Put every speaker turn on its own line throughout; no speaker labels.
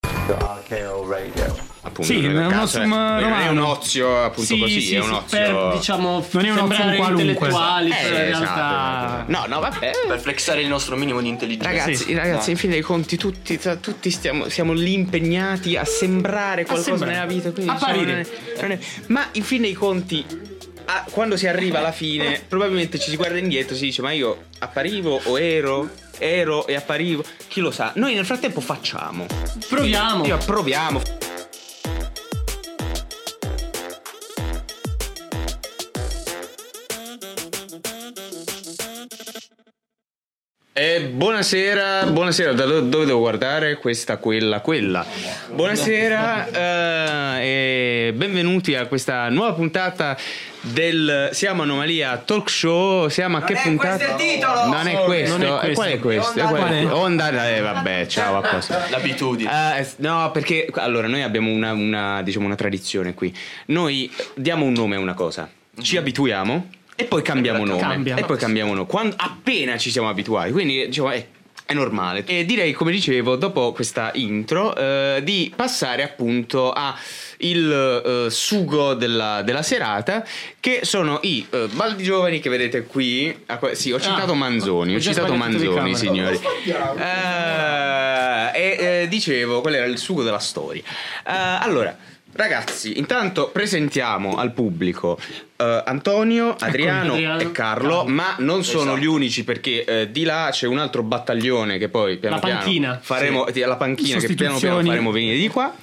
appunto Archeo Radio.
Appunto,
Sì,
nel
è un
caso,
ossum
eh, non è
romano.
un ozio appunto
sì,
così,
sì,
è un
sì,
ozio.
per diciamo
Non è un
sembrare
opzione qualunque,
intellettuali,
Eh,
però in
esatto,
realtà
No, no, vabbè.
Per flexare il nostro minimo di intelligenza.
Ragazzi,
Sì.
ragazzi, in fin dei conti, tutti, tra- tutti stiamo, siamo lì impegnati a sembrare qualcosa
sembrare.
nella vita. quindi,
A
diciamo,
apparire.
non è- non è- ma in fin dei conti, a- quando si arriva alla fine, probabilmente ci si guarda indietro e si dice: Ma io apparivo o ero? Ero e apparivo. Chi lo sa? Noi nel frattempo facciamo.
proviamo.
Io proviamo. E Eh, buonasera, buonasera, da do- dove devo guardare? Questa, quella, quella. Buonasera eh, e benvenuti a questa nuova puntata del Siamo Anomalia Talk Show. Siamo a che puntata? Non è questo,
Non è
E qual è questo? E qual è? Onda, eh, vabbè, ciao a posto.
L'abitudine.
Ah, eh, no, perché allora noi abbiamo una, una, diciamo, una tradizione qui. Noi diamo un nome a una cosa, ci abituiamo e poi cambiamo nome.
Mm-hmm. Cambia.
E poi cambiamo nome. Quando- appena ci siamo abituati, quindi diciamo, eh, è normale. E direi, come dicevo, dopo questa intro, eh, di passare appunto a il eh, sugo della, della serata che sono i eh, baldi giovani che vedete qui Ah, que- sì ho citato Manzoni
ho
ho
già
citato
sbagliato di
Manzoni
camera.
signori eh, e eh, dicevo qual era il sugo della storia. Eh, allora, ragazzi, intanto presentiamo al pubblico eh, Antonio, Adriano,
Adriano.
e Carlo,
Carlo.
ma non sono
Esatto.
gli unici perché eh, di là c'è un altro battaglione che poi piano
La
piano
panchina.
faremo sì, la panchina che piano piano
Sostituzioni.
faremo venire di qua.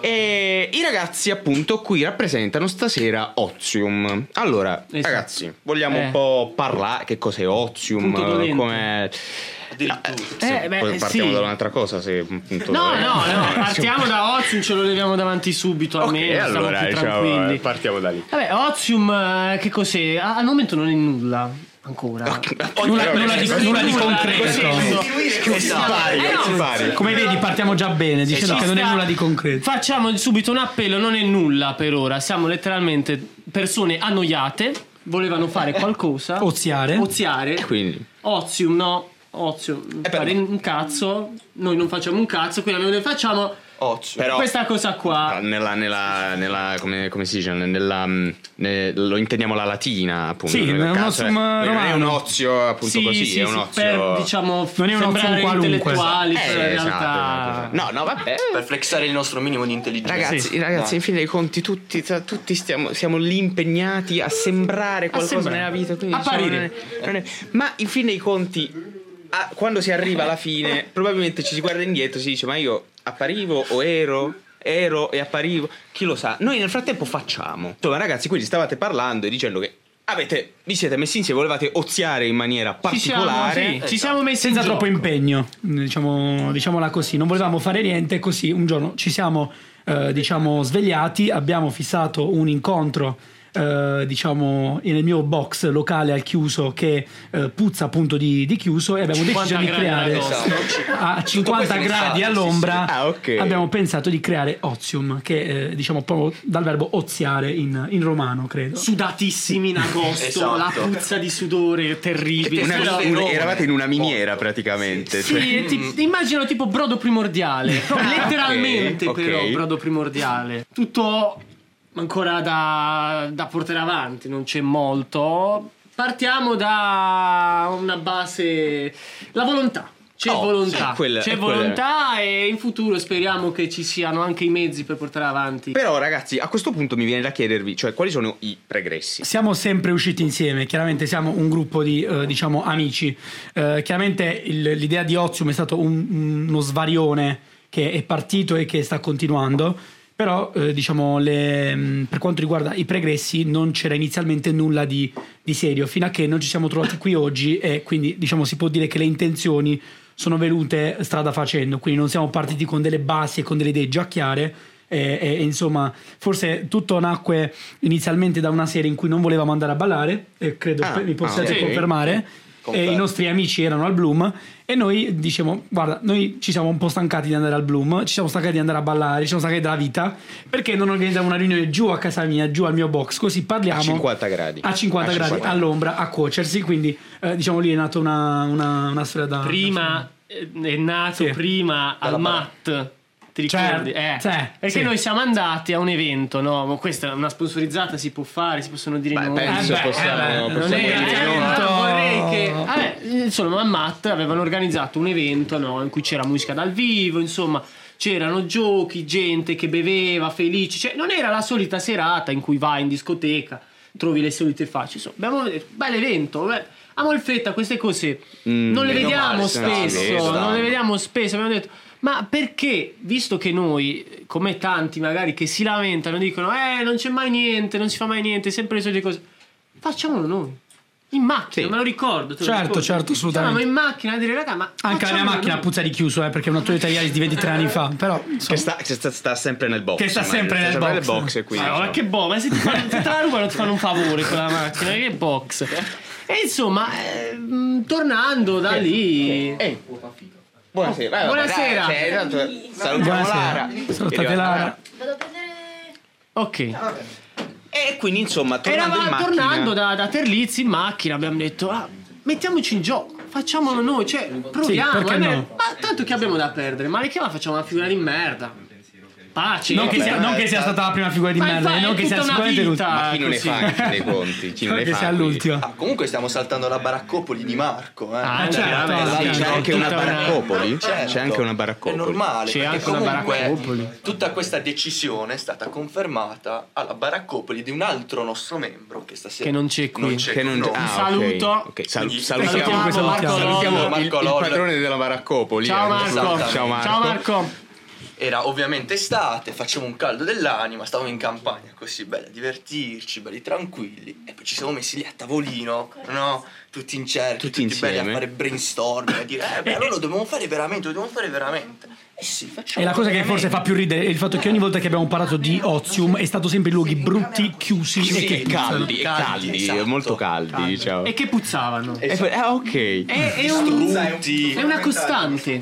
E i ragazzi appunto qui rappresentano stasera Ozium. Allora,
Eh sì.
ragazzi, vogliamo
Eh.
un po' parlare che cos'è Ozium, Eh,
Punto dolente.
come
Addirittura.
Eh, beh,
poi partiamo
sì.
da un'altra cosa se appunto,
No,
eh,
no, no, partiamo da Ozium, ce lo leviamo davanti subito
Ok,
almeno,
allora,
siamo più
diciamo, eh,
tranquilli.
partiamo da lì.
Vabbè, Ozium, eh, che cos'è? A- Al momento non è nulla ancora.
Nulla,
nulla di- nulla di concreto.
pari,
Eh, no.
si pari.
Come vedi partiamo già bene dicendo
Ci
che non è
sta.
nulla di concreto.
Facciamo subito un appello, non è nulla per ora, siamo letteralmente persone annoiate, volevano fare qualcosa.
Oziare.
Oziare.
Quindi
Ozium, no. Ozium,
Eh, però-
fare un cazzo, noi non facciamo un cazzo, quindi abbiamo detto facciamo
Ozio.
però ah,
questa cosa qua.
nella, nella, nella come, come si dice nella, mm, ne- lo intendiamo la latina appunto
Sì,
in quel
è un
caso,
ossum
eh, non è un
romano.
ozio appunto
Sì,
così
sì,
è
sì,
un ozio
per diciamo
Non è un
sembrare
ozio qualunque,
intellettuali,
Eh,
però in
esatto,
realtà
esatto. no no vabbè
Per flexare il nostro minimo di intelligenza.
Ragazzi,
Sì.
ragazzi, in fin dei conti, tutti, tra- tutti stiamo, siamo lì impegnati a sembrare qualcosa
sembrare.
nella vita. Quindi,
A
diciamo,
apparire.
non è- non è- ma in fin dei conti, a- quando si arriva alla fine, probabilmente ci si guarda indietro e si dice: Ma io apparivo o ero? Ero e apparivo, chi lo sa? Noi nel frattempo facciamo. Insomma, ragazzi, quindi stavate parlando e dicendo che avete, vi siete messi insieme, volevate oziare in maniera
ci siamo,
particolare. esatto.
sì, ci siamo messi
Senza
in
troppo
gioco.
impegno, diciamo, diciamola così, non volevamo fare niente, così un giorno ci siamo eh, diciamo, svegliati, abbiamo fissato un incontro eh, diciamo nel mio box locale al chiuso che eh, puzza appunto di, di chiuso e abbiamo deciso
50
di
gradi
creare
d'agosto.
a 50
questo in
gradi
estate,
all'ombra
sì, sì. Ah, ok.
abbiamo pensato di creare ozium che eh, diciamo proprio dal verbo oziare in, in romano credo
sudatissimi in agosto,
Esatto.
la puzza di sudore terribile.
Una-
Però-
una- eravate in una miniera praticamente. cioè.
Sì, ti- ti immagino tipo brodo primordiale, proprio letteralmente
ok, ok.
però brodo primordiale. Tutto ancora da, da portare avanti, non c'è molto. Partiamo da una base, la volontà. C'è
Oh,
volontà,
sì, quella-
c'è
è quella.
volontà e in futuro speriamo che ci siano anche i mezzi per portare avanti.
Però, ragazzi, a questo punto mi viene da chiedervi, cioè, quali sono i pregressi?
Siamo sempre usciti insieme, chiaramente siamo un gruppo di eh, diciamo amici. Eh, chiaramente il- l'idea di Ozium è stato un- uno svarione che è partito e che sta continuando. Però, eh, diciamo, le- mh, per quanto riguarda i pregressi, non c'era inizialmente nulla di, di serio, fino a che non ci siamo trovati qui oggi e quindi, diciamo, si può dire che le intenzioni sono venute strada facendo, quindi non siamo partiti con delle basi e con delle idee già chiare, e, e- e, insomma, forse tutto nacque inizialmente da una serie in cui non volevamo andare a ballare, e credo
Ah,
pe- mi possiate
ah, ok.
confermare.
Confermo.
E i nostri amici erano al Bloom e noi diciamo: Guarda, noi ci siamo un po' stancati di andare al Bloom, ci siamo stancati di andare a ballare, ci siamo stancati della vita. Perché non organizziamo una riunione giù a casa mia, giù al mio box? Così parliamo
A 50 gradi.
a 50 gradi all'ombra a cuocersi. Quindi, eh, diciamo, lì è nata una, una, una storia da
prima eh, è nato
Sì.
prima al MAT Ti
Cioè,
ricordi? eh.
cioè,
perché
sì.
noi siamo andati a un evento, no? Ma questa è una sponsorizzata, si può fare, si possono dire
Beh,
no.
penso
Eh beh,
possiamo,
eh beh,
Non
possiamo
è
dire
eh,
di no.
ma vorrei
no.
che. Vabbè, insomma, a Matt avevano organizzato un evento no, in cui c'era musica dal vivo, insomma, c'erano giochi, gente che beveva, felici. Cioè, non era la solita serata in cui vai in discoteca, trovi le solite facce. Insomma, abbiamo detto, bell'evento. Beh, a Molfetta queste cose
Mm,
non le
meno
vediamo
male, sì,
spesso,
sì,
non
esatto.
le vediamo spesso. Abbiamo detto, ma perché, visto che noi, come tanti magari che si lamentano, dicono, eh, non c'è mai niente, non si fa mai niente, sempre le solite cose, facciamolo noi. In macchina,
Sì.
me lo ricordo. te lo
Certo,
ricordi?
certo, assolutamente.
Stavamo in macchina a dire, raga, ma.
Anche la mia
facciamolo
macchina
noi."
puzza di chiuso, eh, perché è una Toyota Yaris di 23 anni fa. Però
Che
insomma,
sta, che sta- sta sempre nel box.
Che sta
immagino,
sempre nel box.
box, e quindi,
Ma
cioè.
insomma.
che boh, ma se ti, fanno, se te la rubano ti fanno un favore con la macchina, che box. E insomma, eh, mh, tornando
Eh,
da lì.
Ehi, buonasera. Eh, vabbè,
Buonasera.
dai, cioè, tanto salutiamo
buonasera.
Lara.
Salutate Lara.
Vado a prendere
Ok.
E quindi, insomma, tornando in
Eravamo
macchina.
tornando da, da Terlizzi in macchina, abbiamo detto, ah, mettiamoci in gioco, facciamolo noi, cioè, proviamo.
perché
almeno-
no?
Ma tanto che abbiamo da perdere, male che va facciamo una figura di merda. Pace.
Non,
Vabbè,
che sia, non che sia
dai.
stata la prima figura di
Ma
merda,
infatti,
e non
è
che sia
tutta una
sicuramente l'ultima.
vita
Ma chi non ne
così.
fa anche dei conti? Chi non
Non
ne
che
fa?
sia
quindi?
l'ultima.
Ah, comunque stiamo saltando la baraccopoli di Marco. Eh.
Ah,
Cioè,
certo,
vabbè,
sì,
là
C'è
C'è
anche una
tutta una-
baraccopoli?
Certo.
C'è anche una baraccopoli.
È normale.
C'è
perché
anche una
comunque
baraccopoli.
Tutta questa decisione è stata confermata alla baraccopoli di un altro nostro membro che stasera
Che non c'è qui.
Non c'è
Che non...
con noi.
ah, ok.
saluto.
Ok, sal-
Quindi-
salutiamo
Salutiamo,
Marco
salutiamo
Loll.
il- il,
Marco Loll.
padrone della baraccopoli.
Ciao
eh,
Marco.
Esatto.
Ciao Marco.
Ciao Marco.
Era ovviamente estate, facevo un caldo dell'anima, stavamo in campagna così belli a divertirci, belli tranquilli. E poi ci siamo messi lì a tavolino, no? Tutti in cerchio,
Tutti
tutti, belli
insieme.
a fare brainstorming, a dire, eh beh, allora lo dobbiamo fare veramente, lo dobbiamo fare veramente. E sì, facciamo.
E la cosa che forse fa più ridere è il fatto che ogni volta che abbiamo parlato di Ozium è stato sempre in luoghi brutti, chiusi e
Chiusi,
che
Caldi,
Caldi,
e caldi,
esatto.
molto caldi, diciamo.
E
E
che puzzavano. È,
poi- ah, ok.
è un-
Strutti.
è una costante.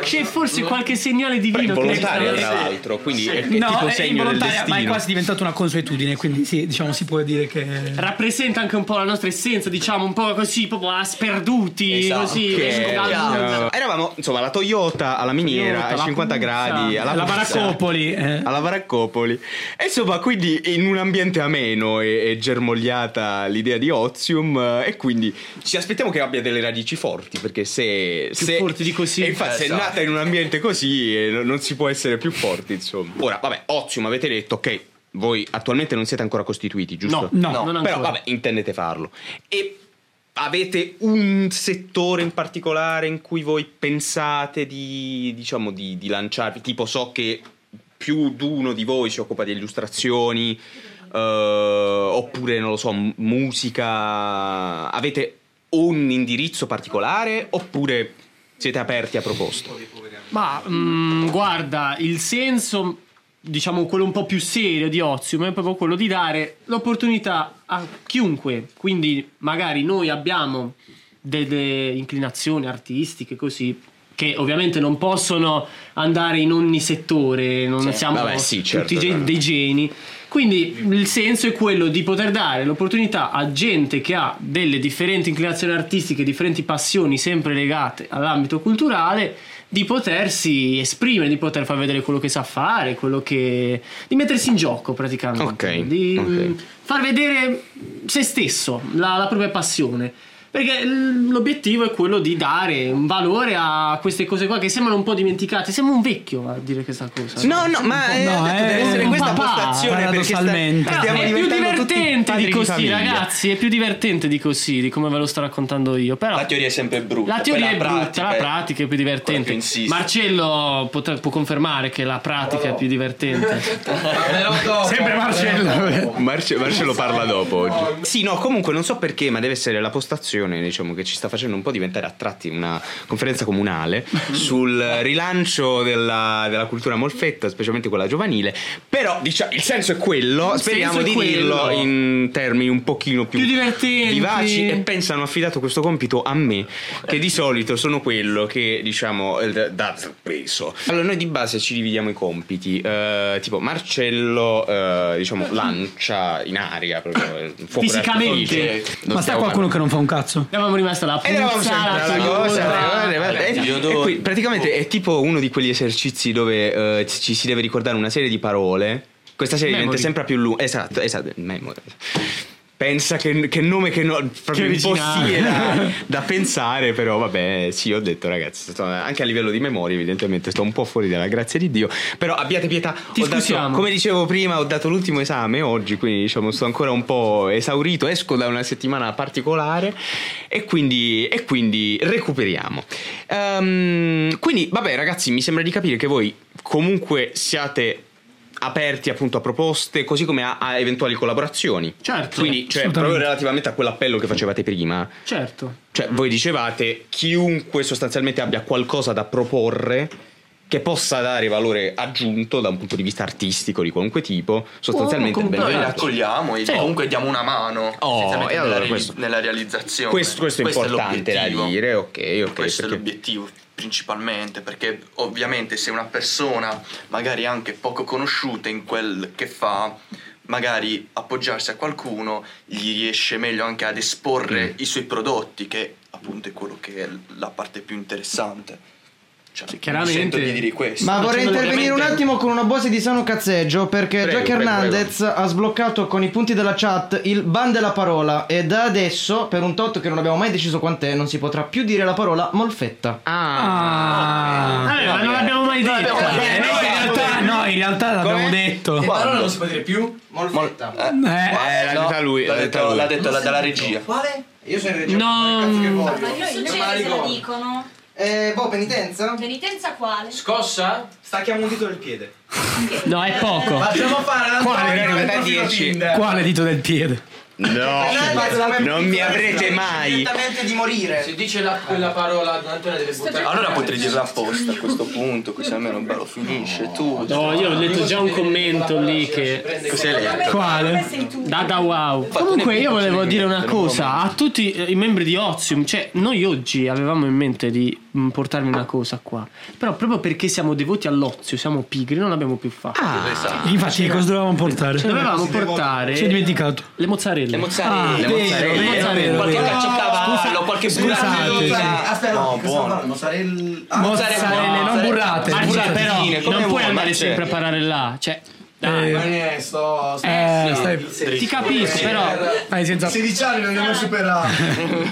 C'è forse qualche segnale divino che
Involontaria,
sta-
tra l'altro, quindi è, è
No,
tipo
è
segno del
involontaria, ma è
destino.
quasi diventata una consuetudine, quindi sì, diciamo si può dire che...
rappresenta anche un po' la nostra essenza, diciamo, un po' così, proprio a sperduti,
Esatto.
così.
Che-
alla-
eh, eravamo insomma alla Toyota, alla miniera,
Toyota,
ai
la
50
puzza,
gradi, alla,
La
puzza,
Baraccopoli, eh.
alla Baraccopoli. E insomma, quindi in un ambiente ameno e, e germogliata l'idea di Ozium. eh, E quindi ci aspettiamo che abbia delle radici forti. Perché se.
Più
se-
forti di così.
E infatti, se è
Esatto.
nata in un ambiente così, eh, non- non si può essere più forti. Insomma. Ora, vabbè, Ozium avete detto che voi attualmente non siete ancora costituiti, giusto?
No,
No,
no, non ancora.
Però vabbè, intendete farlo. E avete un settore in particolare in cui voi pensate di, diciamo, di, di lanciarvi? Tipo so che più di uno di voi si occupa di illustrazioni, eh, oppure, non lo so, m- musica. Avete un indirizzo particolare oppure siete aperti a proposte?
Ma mm, guarda, il senso, diciamo quello un po' più serio di Ozium, è proprio quello di dare l'opportunità a chiunque. Quindi magari noi abbiamo delle inclinazioni artistiche così. Che ovviamente non possono andare in ogni settore, non
Sì,
siamo
vabbè, sì, certo,
tutti gen-
certo.
dei geni. Quindi il senso è quello di poter dare l'opportunità a gente che ha delle differenti inclinazioni artistiche, differenti passioni sempre legate all'ambito culturale, di potersi esprimere, di poter far vedere quello che sa fare, quello che... di mettersi in gioco praticamente,
Ok,
di
ok.
mh, far vedere se stesso, la, la propria passione. Perché l- l'obiettivo è quello di dare un valore a queste cose qua che sembrano un po' dimenticate. Sembra un vecchio a dire questa cosa.
No, no, ma eh,
No,
ho detto,
eh,
deve essere
un
questa
papà,
postazione perché sta-
paradossalmente.
Però
stiamo
è più
diventando tutti
divertente
padri
di così,
famiglia.
ragazzi. È più divertente di così, di come ve lo sto raccontando io. Però
La teoria è sempre brutta.
la teoria
poi
è brutta,
eh.
la pratica è più
quella che
divertente.
insiste.
Marcello potrà- può confermare che la pratica è più divertente.
Sempre Marcello.
Marce- Marcello parla dopo oggi. Sì, no, comunque non so perché, ma deve essere la postazione, diciamo, che ci sta facendo un po' diventare a tratti una conferenza comunale sul rilancio della, della cultura molfetta, specialmente quella giovanile. Però, diciamo, il senso è quello,
Il
speriamo
senso è
di dirlo
quello.
in termini un pochino più,
Più divertenti.
vivaci e pensa hanno affidato questo compito a me, che di solito sono quello che diciamo eh, da- dà preso. Allora, noi di base ci dividiamo i compiti. eh, tipo, Marcello, eh, diciamo, lancia in aria proprio eh, fuoco
Fisicamente.
d'artificio. Non
Ma sta
stiamo
qualcuno che non fa un cazzo.
Eravamo rimasti là.
Ed eravamo
puzza,
sempre alla
cogliona.
cosa, eh,
eh,
guarda, guarda,
Vabbè,
e-
io
e
do-
qui praticamente è tipo uno di quegli esercizi dove eh, ci si deve ricordare una serie di parole. Questa serie diventa
Memory.
sempre più lunga. Esatto, esatto, memory. Pensa che, che nome che no, proprio
Che
impossibile da,
originale.
da pensare, però vabbè, sì, ho detto ragazzi, sto- anche a livello di memoria evidentemente sto un po' fuori dalla grazia di Dio, però abbiate pietà,
Ti
ho dato-
scusiamo.
come dicevo prima ho dato l'ultimo esame oggi, quindi diciamo sto ancora un po' esaurito, esco da una settimana particolare e quindi, e quindi recuperiamo. Ehm, quindi vabbè ragazzi, mi sembra di capire che voi comunque siate aperti appunto a proposte, così come a, a eventuali collaborazioni.
Certo.
Quindi, cioè,
assolutamente.
proprio relativamente a quell'appello che facevate prima,
Certo.
cioè, voi dicevate chiunque sostanzialmente abbia qualcosa da proporre che possa dare valore aggiunto da un punto di vista artistico di qualunque tipo, sostanzialmente
Oh,
è
comunque,
Noi li
benvenuto.
accogliamo e
Sì.
comunque diamo una mano
Oh,
essenzialmente
e allora
nella, reali-
questo-
nella realizzazione.
Questo, questo è importante da
l'obiettivo.
dire, ok, ok.
questo è
perché-
l'obiettivo principalmente perché ovviamente se una persona magari anche poco conosciuta in quel che fa magari appoggiarsi a qualcuno gli riesce meglio anche ad esporre
Mm.
i suoi prodotti che appunto è quello che è la parte più interessante cioè,
Sì, chiaramente-
mi sento di dire questo
Ma
Sto
vorrei
facendo
intervenire un
veramente-
attimo con una base di sano cazzeggio perché
Prego,
Jack
prego,
Hernandez ha sbloccato con i punti della chat il ban della parola e da adesso, per un tot che non abbiamo mai deciso quant'è, non si potrà più dire la parola molfetta.
Ah,
Ah.
Eh,
Allora, non l'abbiamo mai detto.
l'abbiamo mai
Eh,
detto.
noi in realtà, no, in realtà l'abbiamo
Come?
detto.
La parola non si può dire più.
Mol- eh,
Eh,
eh, l'ha
no,
detta lui,
l'ha
l'ha detta
detto,
lui.
l'ha detto la- dalla regia
Quale? Io sono in regia.
No.
cazzo che voglio.
Ma che succede se la dicono?
Eh, boh, penitenza?
Penitenza quale?
Scossa? Stacchiamo un dito del piede.
No, è poco.
Eh,
Facciamo fare la
Quale? Era arrivata a 10.
quale dito del piede?
Eh,
no, non mi avrete mai.
Direttamente di morire.
Se dice la, quella parola, Don Antonio deve buttare.
allora potrei dirla apposta a questo punto così almeno bello finisce tu
No, io ho letto già un commento lì che.
così hai letto
Quale?
sei tu?
Dada wow.
Fatto
Comunque
nemmeno
io volevo
c'è
dire
niente,
una
non
cosa a tutti eh, i membri di Ozium, cioè noi oggi avevamo in mente di mm, portarvi una cosa qua, però proprio perché siamo devoti all'ozio, siamo pigri, non l'abbiamo più fatto. Ah,
Esatto.
Infatti, che cosa dovevamo portare?
Dovevamo
Ci è
portare
dimenticato.
le mozzarelle.
Le mozzarelle,
Ah,
le
vero,
mozzarelle,
vero, vero,
qualche
vero.
caciocavallo, qualche
Scusate.
cioè.
burrata.
Aspetta,
no,
no,
buono.
Mozzarella.
Mozzarelle, non burrate.
Marcia, Ah,
burrate.
cioè, però
come
non
vuoi,
puoi andare
Marcello.
sempre a parare là, cioè
Eh,
Ma ne è, sto. sto-
Eh,
Ah,
sì,
stai-
sì.
ti capisco,
Sì,
però
eh,
Hai senza-
16 anni non li ho mai superati.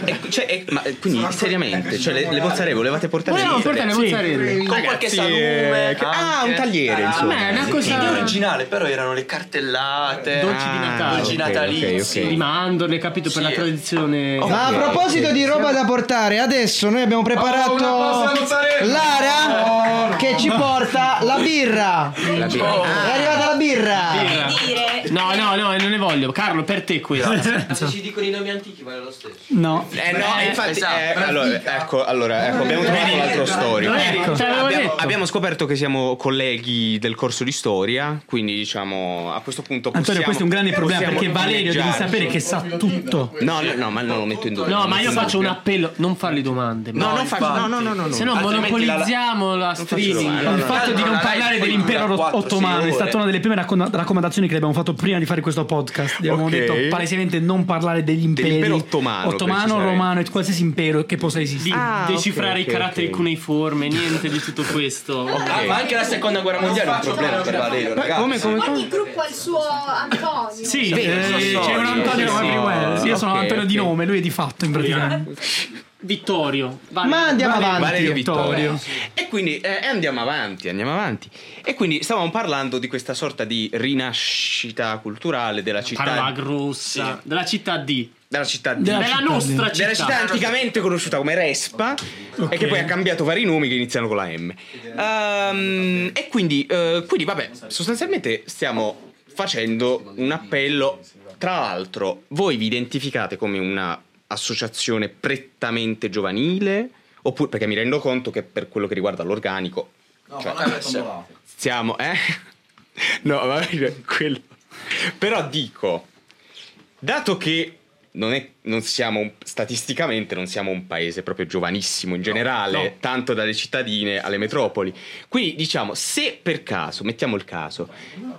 E- cioè, e- ma quindi,
Sono
seriamente,
ancora-
cioè, le, le mozzarelle volevate portare
volevamo
lì?
portare le
Sì.
mozzarelle.
Con qualche salume.
eh, che- Ah, un
anche.
tagliere,
Ah,
insomma.
Ma è una
L'idea
cosa
originale però erano le cartellate.
Dolci di Natale.
Eh, Dolci
Ah, ok, ok,
natalizi.
ok.
di mandorle, capito per
Sì.
la tradizione.
Oh, Ma a proposito di roba da portare, adesso noi abbiamo preparato
una pasta alla mozzarella.
Lara che ci porta la birra.
La birra.
È arrivata la birra.
Birra.
dire.
No, no, no, non ne voglio. Carlo, per te questa.
Se ci dicono i nomi antichi vale lo stesso.
No.
Eh no, infatti,
esatto.
eh, allora, ecco, allora, ecco, abbiamo trovato l'altro storico.
Ecco, te l'avevo
Abbiamo,
detto.
abbiamo scoperto che siamo colleghi del corso di storia, quindi diciamo a questo punto possiamo
Antonio, questo è un grande problema
possiamo
perché Valerio devi
dileggiarci.
sapere che sa tutto.
No, no, no, ma non lo metto in dubbio.
No, ma io faccio un appello, non fargli domande.
No,
ma-
non faccio, no, no, no, no. no.
Se no
Altrimenti
monopolizziamo la,
domande,
streaming.
no,
Il
no.
fatto di
Allora,
non
lei
parlare
poi
dell'impero
dura
ro-
quattro,
ottomano
sei
è stata
ore.
una delle prime raccon- raccomandazioni che abbiamo fatto prima di fare questo podcast. Abbiamo
Ok.
detto palesemente non parlare degli imperi
Dell'impero ottomano,
ottomano,
precisamente.
romano e qualsiasi impero che possa esistere.
Ah,
Decifrare
ok,
i caratteri
ok, ok.
cuneiforme, niente di tutto questo.
Ah, ma anche la seconda guerra mondiale è un problema per Valerio, ragazzi.
Come, come, come?
Ogni gruppo ha il suo Antonio.
Sì,
Vero,
eh,
so,
c'è
C'è un
una-
Antonio
sì, sì.
everywhere. Io sono
Ok,
Antonio di
ok.
nome, lui è di fatto in pratica.
Vittorio. Vale.
Ma andiamo
Vale-
avanti.
Valerio Vittorio.
Vittorio.
E quindi eh, andiamo avanti, andiamo avanti. E quindi stavamo parlando di questa sorta di rinascita culturale della
Parola
città,
grossa. Della città di.
della città di-
Della
Della
città
nostra città.
della città anticamente conosciuta come Respa e che poi ha cambiato vari nomi che iniziano con la M. Ehm, e quindi, eh, quindi, vabbè, sostanzialmente stiamo facendo un appello. Tra l'altro, voi vi identificate come una associazione prettamente giovanile? Oppure, perché mi rendo conto che per quello che riguarda l'organico,
No,
Cioè,
ma non è tombolata.
siamo, eh? No, va bene, quello. Però dico, dato che non, è, non siamo, un- statisticamente non siamo un paese proprio giovanissimo in generale,
no.
tanto dalle cittadine alle metropoli, quindi diciamo, se per caso, mettiamo il caso,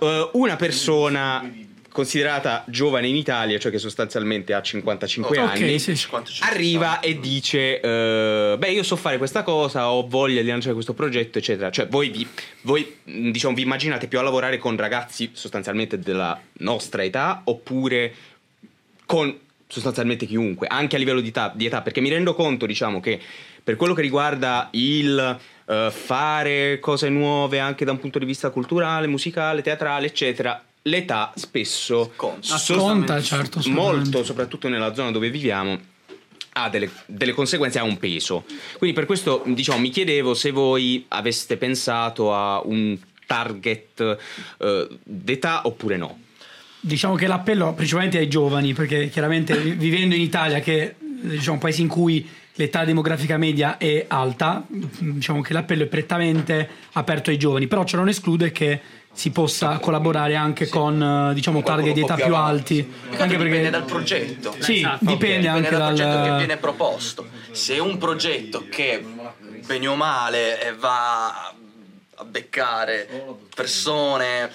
eh, una persona considerata giovane in Italia, cioè che sostanzialmente ha 55
Ok,
anni,
sì, Esatto, sì.
55
arriva
anni.
e dice: eh, Beh, io so fare questa cosa, ho voglia di lanciare questo progetto, eccetera. Cioè, voi vi, voi, mh, diciamo, vi immaginate più a lavorare con ragazzi sostanzialmente della nostra età oppure con sostanzialmente chiunque, anche a livello di età, di età, perché mi rendo conto, diciamo, che per quello che riguarda il eh, fare cose nuove anche da un punto di vista culturale, musicale, teatrale, eccetera, l'età spesso
Conta.
sostanzialmente-
Conta, certo, sicuramente.
molto, soprattutto nella zona dove viviamo, ha delle, delle conseguenze, ha un peso. Quindi per questo diciamo, mi chiedevo se voi aveste pensato a un target eh, d'età oppure no.
Diciamo che l'appello principalmente ai giovani, perché chiaramente vi- vivendo in Italia, che è diciamo, un paese in cui l'età demografica media è alta, diciamo che l'appello è prettamente aperto ai giovani, però ciò non esclude che si possa collaborare anche con eh, diciamo,
Qualcuno
target di
un po'
età
più
più
avanti,
alti.
sì. Tanto
Anche
dipende
perché...
dal progetto.
Sì,
Esatto,
dipende
Dipende
anche
dal progetto che
dal...
viene proposto. Se è un progetto che bene o male eh, va a beccare persone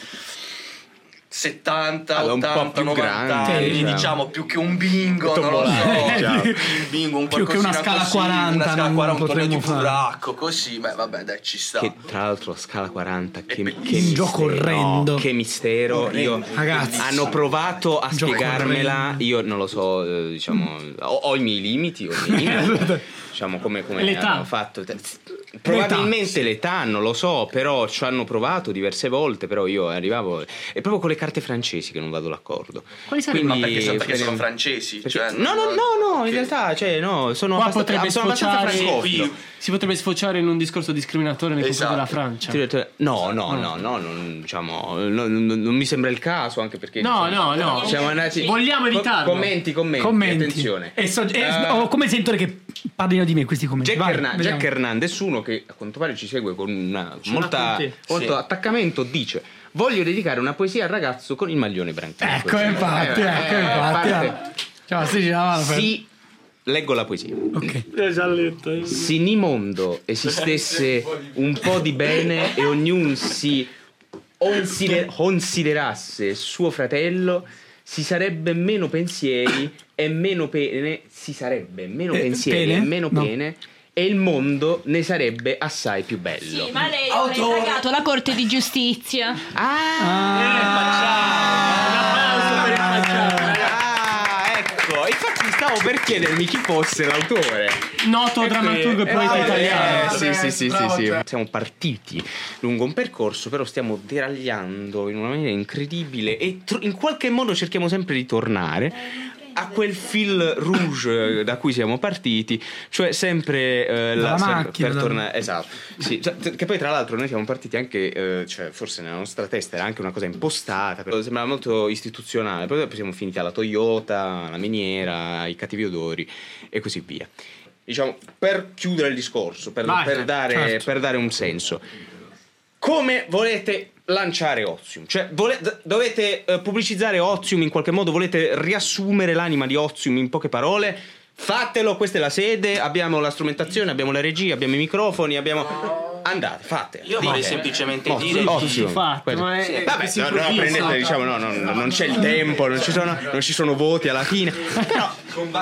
70,
Allora, un po'
80,
più
90
grandi, cioè.
anni,
diciamo.
diciamo più che un bingo, non lo so,
Tombolare, diciamo.
un bingo, un
Più che
qualcosina
una scala
così,
40,
una scala
non
40, un torneo di
potremmo fare.
buracco, così, beh vabbè, dai, ci sta.
Che tra l'altro a scala 40 che, che
Un
mistero,
gioco orrendo.
Che mistero. Io-
Ragazzi.
hanno provato a
Gioco
spiegarmela.
orrendo.
Io non lo so, eh, diciamo, ho, ho i miei limiti, ho i miei limiti. diciamo come, come
L'età.
hanno fatto. Probabilmente l'età, non lo so, però ci hanno provato diverse volte, però io arrivavo... È proprio con le carte francesi che non vado d'accordo.
Quali sarebbero-
Quindi-
Ma perché sono- perché sono francesi, cioè,
no, no, no, no, in realtà, cioè, no, sono
Qua
abbastanza,
potrebbe
sono abbastanza
sfociare
francofilo.
si potrebbe sfociare in un discorso discriminatorio nei
Esatto.
confronti della
Cioè,
Francia.
Ti ho detto,
esatto,
No, no, no, no, non, diciamo, no, non, non mi sembra il caso, anche perché...
No,
insomma,
no, no.
Siamo andati...
Vogliamo evitarlo.
commenti, commenti, attenzione.
E so- e-
Eh,
ho come sentore che parlino di me questi commenti.
Jack,
Vai,
Hernan-
vediamo.
Jack Hernandez, uno che a quanto pare ci segue con una
l'ha
molta,
con te.
molto
Sì.
attaccamento, dice Voglio dedicare una poesia al ragazzo con il maglione branchino.
Ecco, infatti,
Eh,
ecco,
eh,
infatti. Ah,
parte-
Ciao, sì, ciao,
Sì, leggo la poesia.
Ok.
Se in mondo esistesse un po' di bene e ognuno si onside- considerasse suo fratello, si sarebbe meno pensieri e meno pene. Si sarebbe meno
Eh,
pensieri e
pene?
meno
No.
pene. E il mondo ne sarebbe assai più bello.
Sì, ma lei ha pagato la Corte di Giustizia.
Ah, ecco, infatti stavo per chiedermi chi fosse l'autore.
Noto
Eh,
drammaturgo e
eh,
poeta
eh,
italiano.
eh, sì, sì, sì, sì,
Bravo,
sì.
Gianni.
Siamo partiti lungo un percorso, però stiamo deragliando in una maniera incredibile e tr- in qualche modo cerchiamo sempre di tornare a quel fil rouge da cui siamo partiti, cioè sempre eh,
Dalla
sempre per
macchina, dalla-
tornare esatto. Sì, cioè, t- che poi tra l'altro noi siamo partiti anche eh, cioè forse nella nostra testa era anche una cosa impostata, però sembrava molto istituzionale, poi dopo siamo finiti alla Toyota, alla miniera, ai cattivi odori e così via. Diciamo, per chiudere il discorso, per,
Vai,
per dare,
certo.
per dare un senso, come volete lanciare Ozium? Cioè, vole- d- dovete eh, pubblicizzare Ozium in qualche modo, volete riassumere l'anima di Ozium in poche parole? Fatelo, questa è la sede, abbiamo la strumentazione, abbiamo la regia, abbiamo i microfoni, abbiamo... Andate, fate.
Io vorrei semplicemente
Ottimo.
dire
Ottimo.
Sì, fatto,
Quello.
ma è-
Sì,
è
Vabbè,
si
no, no,
improvvisa.
prendete, diciamo, no, no, no, non c'è il tempo, non ci sono, non ci sono voti alla fine. Però,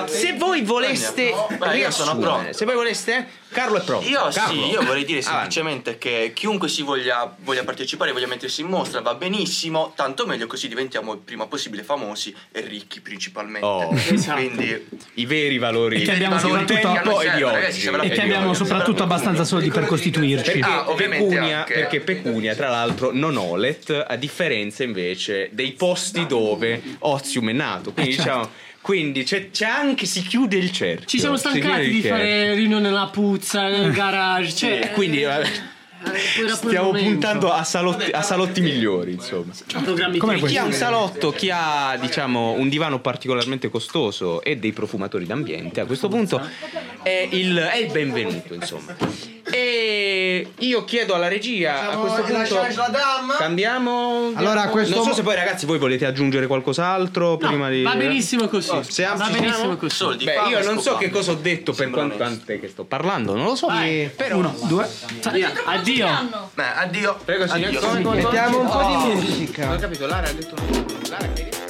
se voi voleste
Beh, io sono
riassumere,
pronto.
se voi voleste, Carlo è pronto.
Io
Carlo.
sì, io vorrei dire
Avanti.
semplicemente che chiunque si voglia, voglia partecipare, voglia mettersi in mostra, va benissimo, tanto meglio così diventiamo il prima possibile famosi e ricchi principalmente.
Oh.
Esatto.
Quindi
I veri valori.
E che abbiamo
di
soprattutto
vent'anni
a poi
e
di oggi.
E che
Io-
abbiamo
io-
soprattutto abbastanza soldi per
Ecco,
costituirci.
Ah, ovviamente
Pecunia,
anche.
perché Pecunia, tra l'altro, non Olet, a differenza invece dei posti dove Ozium è nato. Quindi,
Eh, certo.
diciamo, quindi c'è, c'è anche, si chiude il cerchio.
Ci siamo
Si chiude
stancati
il
di
cerchio.
fare riunione nella puzza, nel garage. Cioè,
E Eh, quindi vabbè,
era pure il
stiamo
momento.
puntando a salotti, a salotti migliori, insomma.
programmi
Come
tecnici.
Chi ha un salotto, chi ha diciamo un divano particolarmente costoso e dei profumatori d'ambiente, a questo punto è il, è il benvenuto, insomma. E io chiedo alla regia a
Facciamo
questo
rilasciare la
punto
dama?
cambiamo.
Allora, a questo
non so
mo-
se poi ragazzi voi volete aggiungere qualcos'altro
No,
prima di Oh,
Va benissimo così.
Se
va
ci siamo?
benissimo così.
Soldi,
Beh,
fama
io
e
non so
scopame.
che cosa ho detto per
Sembra
quanto
onesto.
tante che sto parlando, non lo so.
Vai.
Però
Uno, due, tre.
Via, addio.
Beh, addio.
Prego, signor,
Addio.
come- come- come- Oh.
Mettiamo un po' di musica.
Non ho capito, Lara ha detto una- Lara che